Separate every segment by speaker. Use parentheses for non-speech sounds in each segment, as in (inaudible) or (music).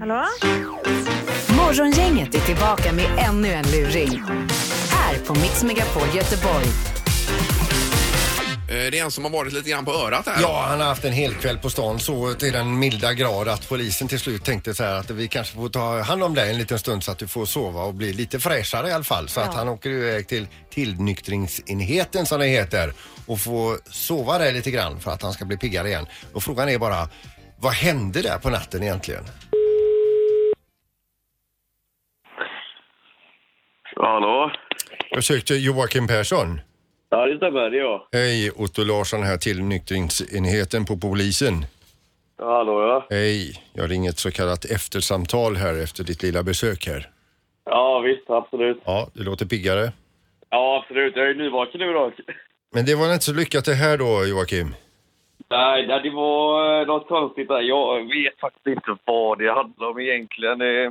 Speaker 1: Hallå?
Speaker 2: Morgongänget är tillbaka med ännu en luring. Här på Mix Megapol Göteborg.
Speaker 3: Eh, Det är en som har varit lite grann på örat här.
Speaker 4: Ja, han har haft en hel kväll på stan så till den milda grad att polisen till slut tänkte så här att vi kanske får ta hand om dig en liten stund så att du får sova och bli lite fräschare i alla fall. Så att han åker iväg till tillnyktringsenheten som det heter och får sova där lite grann för att han ska bli piggare igen. Och frågan är bara, vad hände där på natten egentligen?
Speaker 5: Hallå?
Speaker 4: Jag sökte Joakim Persson.
Speaker 5: Ja, det stämmer. Det är jag.
Speaker 4: Hej, Otto Larsson här till nykteringsenheten på polisen.
Speaker 5: Ja, Hallå, ja.
Speaker 4: Hej, jag ringer ett så kallat eftersamtal här efter ditt lilla besök här.
Speaker 5: Ja, visst. Absolut.
Speaker 4: Ja, det låter piggare.
Speaker 5: Ja, absolut. Jag är nyvaken nu då.
Speaker 4: Men det var inte så lyckat det här då, Joakim?
Speaker 5: Nej, nej, det var eh, något konstigt där. Jag vet faktiskt inte vad det handlar om egentligen. Eh,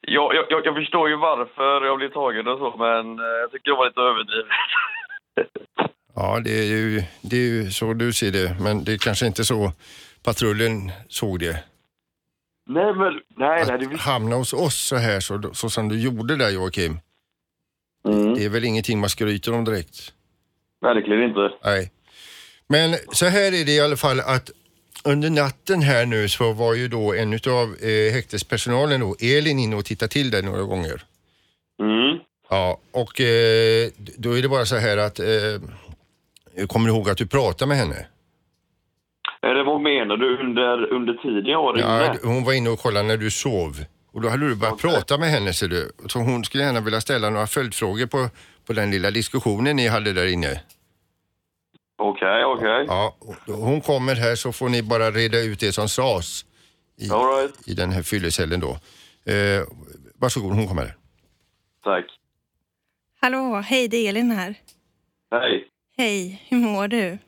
Speaker 5: Jag, jag, jag- jag förstår ju varför jag blev tagen och så, men eh, jag tycker det var lite (laughs) överdrivet.
Speaker 4: Ja, det är, ju, det är ju så du ser det, men det är kanske inte så patrullen såg det.
Speaker 5: Nej, men... Nej, nej, det
Speaker 4: Att hamna hos oss så här, så, så som du gjorde där, Joakim,
Speaker 5: mm,
Speaker 4: det är väl ingenting man skryter om direkt?
Speaker 5: verkligen inte.
Speaker 4: Nej. Men så här är det i alla fall att under natten här nu så var ju då en utav eh, häktespersonalen då, Elin, inne och tittade till dig några gånger.
Speaker 5: Mm.
Speaker 4: Ja, och eh, då är det bara så här att, eh, kommer du ihåg att du pratade med henne?
Speaker 5: Eller vad menar du under, under tiden jag var
Speaker 4: Ja,
Speaker 5: inne?
Speaker 4: d- hon var inne och kollade när du sov. Och då hade du börjat prata med henne ser du. Så hon skulle gärna vilja ställa några följdfrågor på, på den lilla diskussionen ni hade där inne.
Speaker 5: Okej, okej.
Speaker 4: Ja, och- hon kommer här så får ni bara reda ut det som sades
Speaker 5: All right.
Speaker 4: i den här fyllecellen då. Eh, varsågod, hon kommer.
Speaker 5: Tack.
Speaker 6: Hallå, hej, det är Elin här.
Speaker 5: Hej.
Speaker 6: Hej, hur mår du?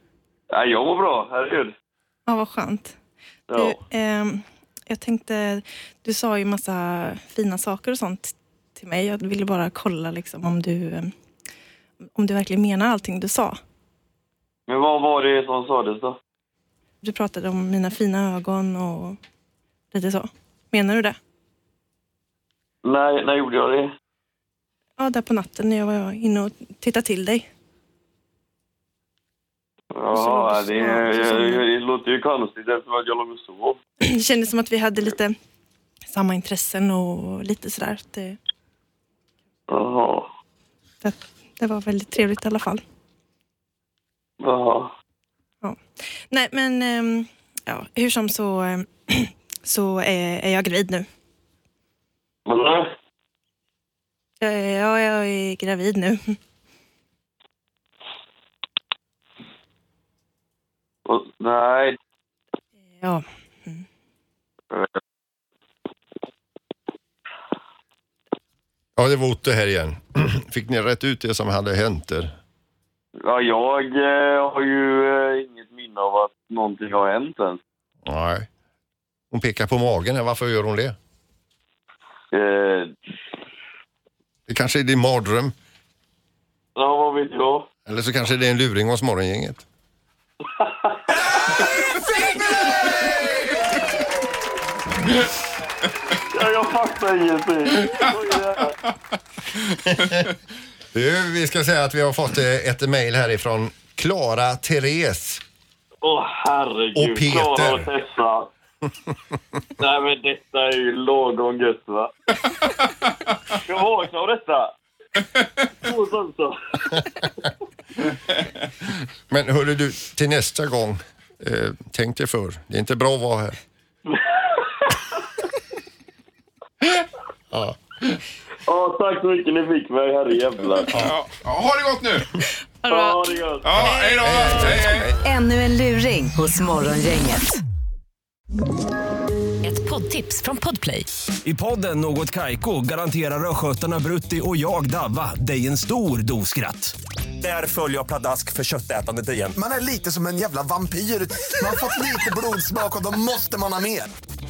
Speaker 5: Nej, jag mår bra. Herregud.
Speaker 6: Ja, vad skönt.
Speaker 5: Ja.
Speaker 6: Du, ehm, jag tänkte, du sa ju massa fina saker och sånt till mig. Jag ville bara kolla liksom om du, ehm, om du verkligen menar allting du sa.
Speaker 5: Men vad var det som sades då?
Speaker 6: Du pratade om mina fina ögon och lite så. Menar du det?
Speaker 5: När, när gjorde jag det?
Speaker 6: Ja, där på natten när jag var inne och tittade till dig. (clears throat)
Speaker 5: Ja,
Speaker 6: Så-
Speaker 5: det,
Speaker 6: så-
Speaker 5: det, det låter ju konstigt eftersom att jag låg och sov.
Speaker 6: Det kändes som att vi hade lite samma intressen och lite sådär. Det,
Speaker 5: Jaha.
Speaker 6: det, det var väldigt trevligt i alla fall.
Speaker 5: Jaha.
Speaker 6: Nej, men ehm, ja, hur som så, ehm, (clears throat) så eh, är, är jag gravid nu.
Speaker 5: Men,
Speaker 6: Jag, är- Eh, ja, jag är gravid nu. (laughs)
Speaker 5: och, nej.
Speaker 6: Ja.
Speaker 4: Ja, det var Otto här igen. (clears throat) Fick ni rätt ut det som hade hänt där?
Speaker 5: Ja, jag eh, har ju eh, inget minne av att någonting har hänt än.
Speaker 4: Nej. Hon pekar på magen här, varför gör hon det?
Speaker 5: Eh,
Speaker 4: Det kanske är din mardröm,
Speaker 5: ja, vad vet jag?
Speaker 4: eller så kanske det är en luring hos morgongänget.
Speaker 5: Ja, jag fattar ingenting. Oj, ja.
Speaker 4: Du, vi ska säga att vi har fått eh, ett mejl härifrån Klara Therese.
Speaker 5: Åh, herregud.
Speaker 4: Och Peter.
Speaker 5: Klara och Tessa. (laughs) nej, men detta är ju lagom gött,
Speaker 4: (laughs)
Speaker 5: va? Jag vaknar av detta. Åh, alltså.
Speaker 4: Men hörru du, till nästa gång, eh, tänk dig för. Det är inte bra att vara här. ja.
Speaker 5: Ja, tack så mycket ni fick mig, herrejävlar.
Speaker 3: Ja. Ja, Ha det gott nu!
Speaker 5: Ja, det är gött.
Speaker 3: Ja, hej då! Hej, hej.
Speaker 2: Ännu en luring hos Morgongänget. Ett poddtips från Podplay.
Speaker 7: I podden Något Kaiko garanterar östgötarna Brutti och jag, Davva, dig en stor dos skratt. Där följer jag pladask för köttätandet igen.
Speaker 8: Man är lite som en jävla vampyr. Man har fått lite blodsmak och då måste man ha mer.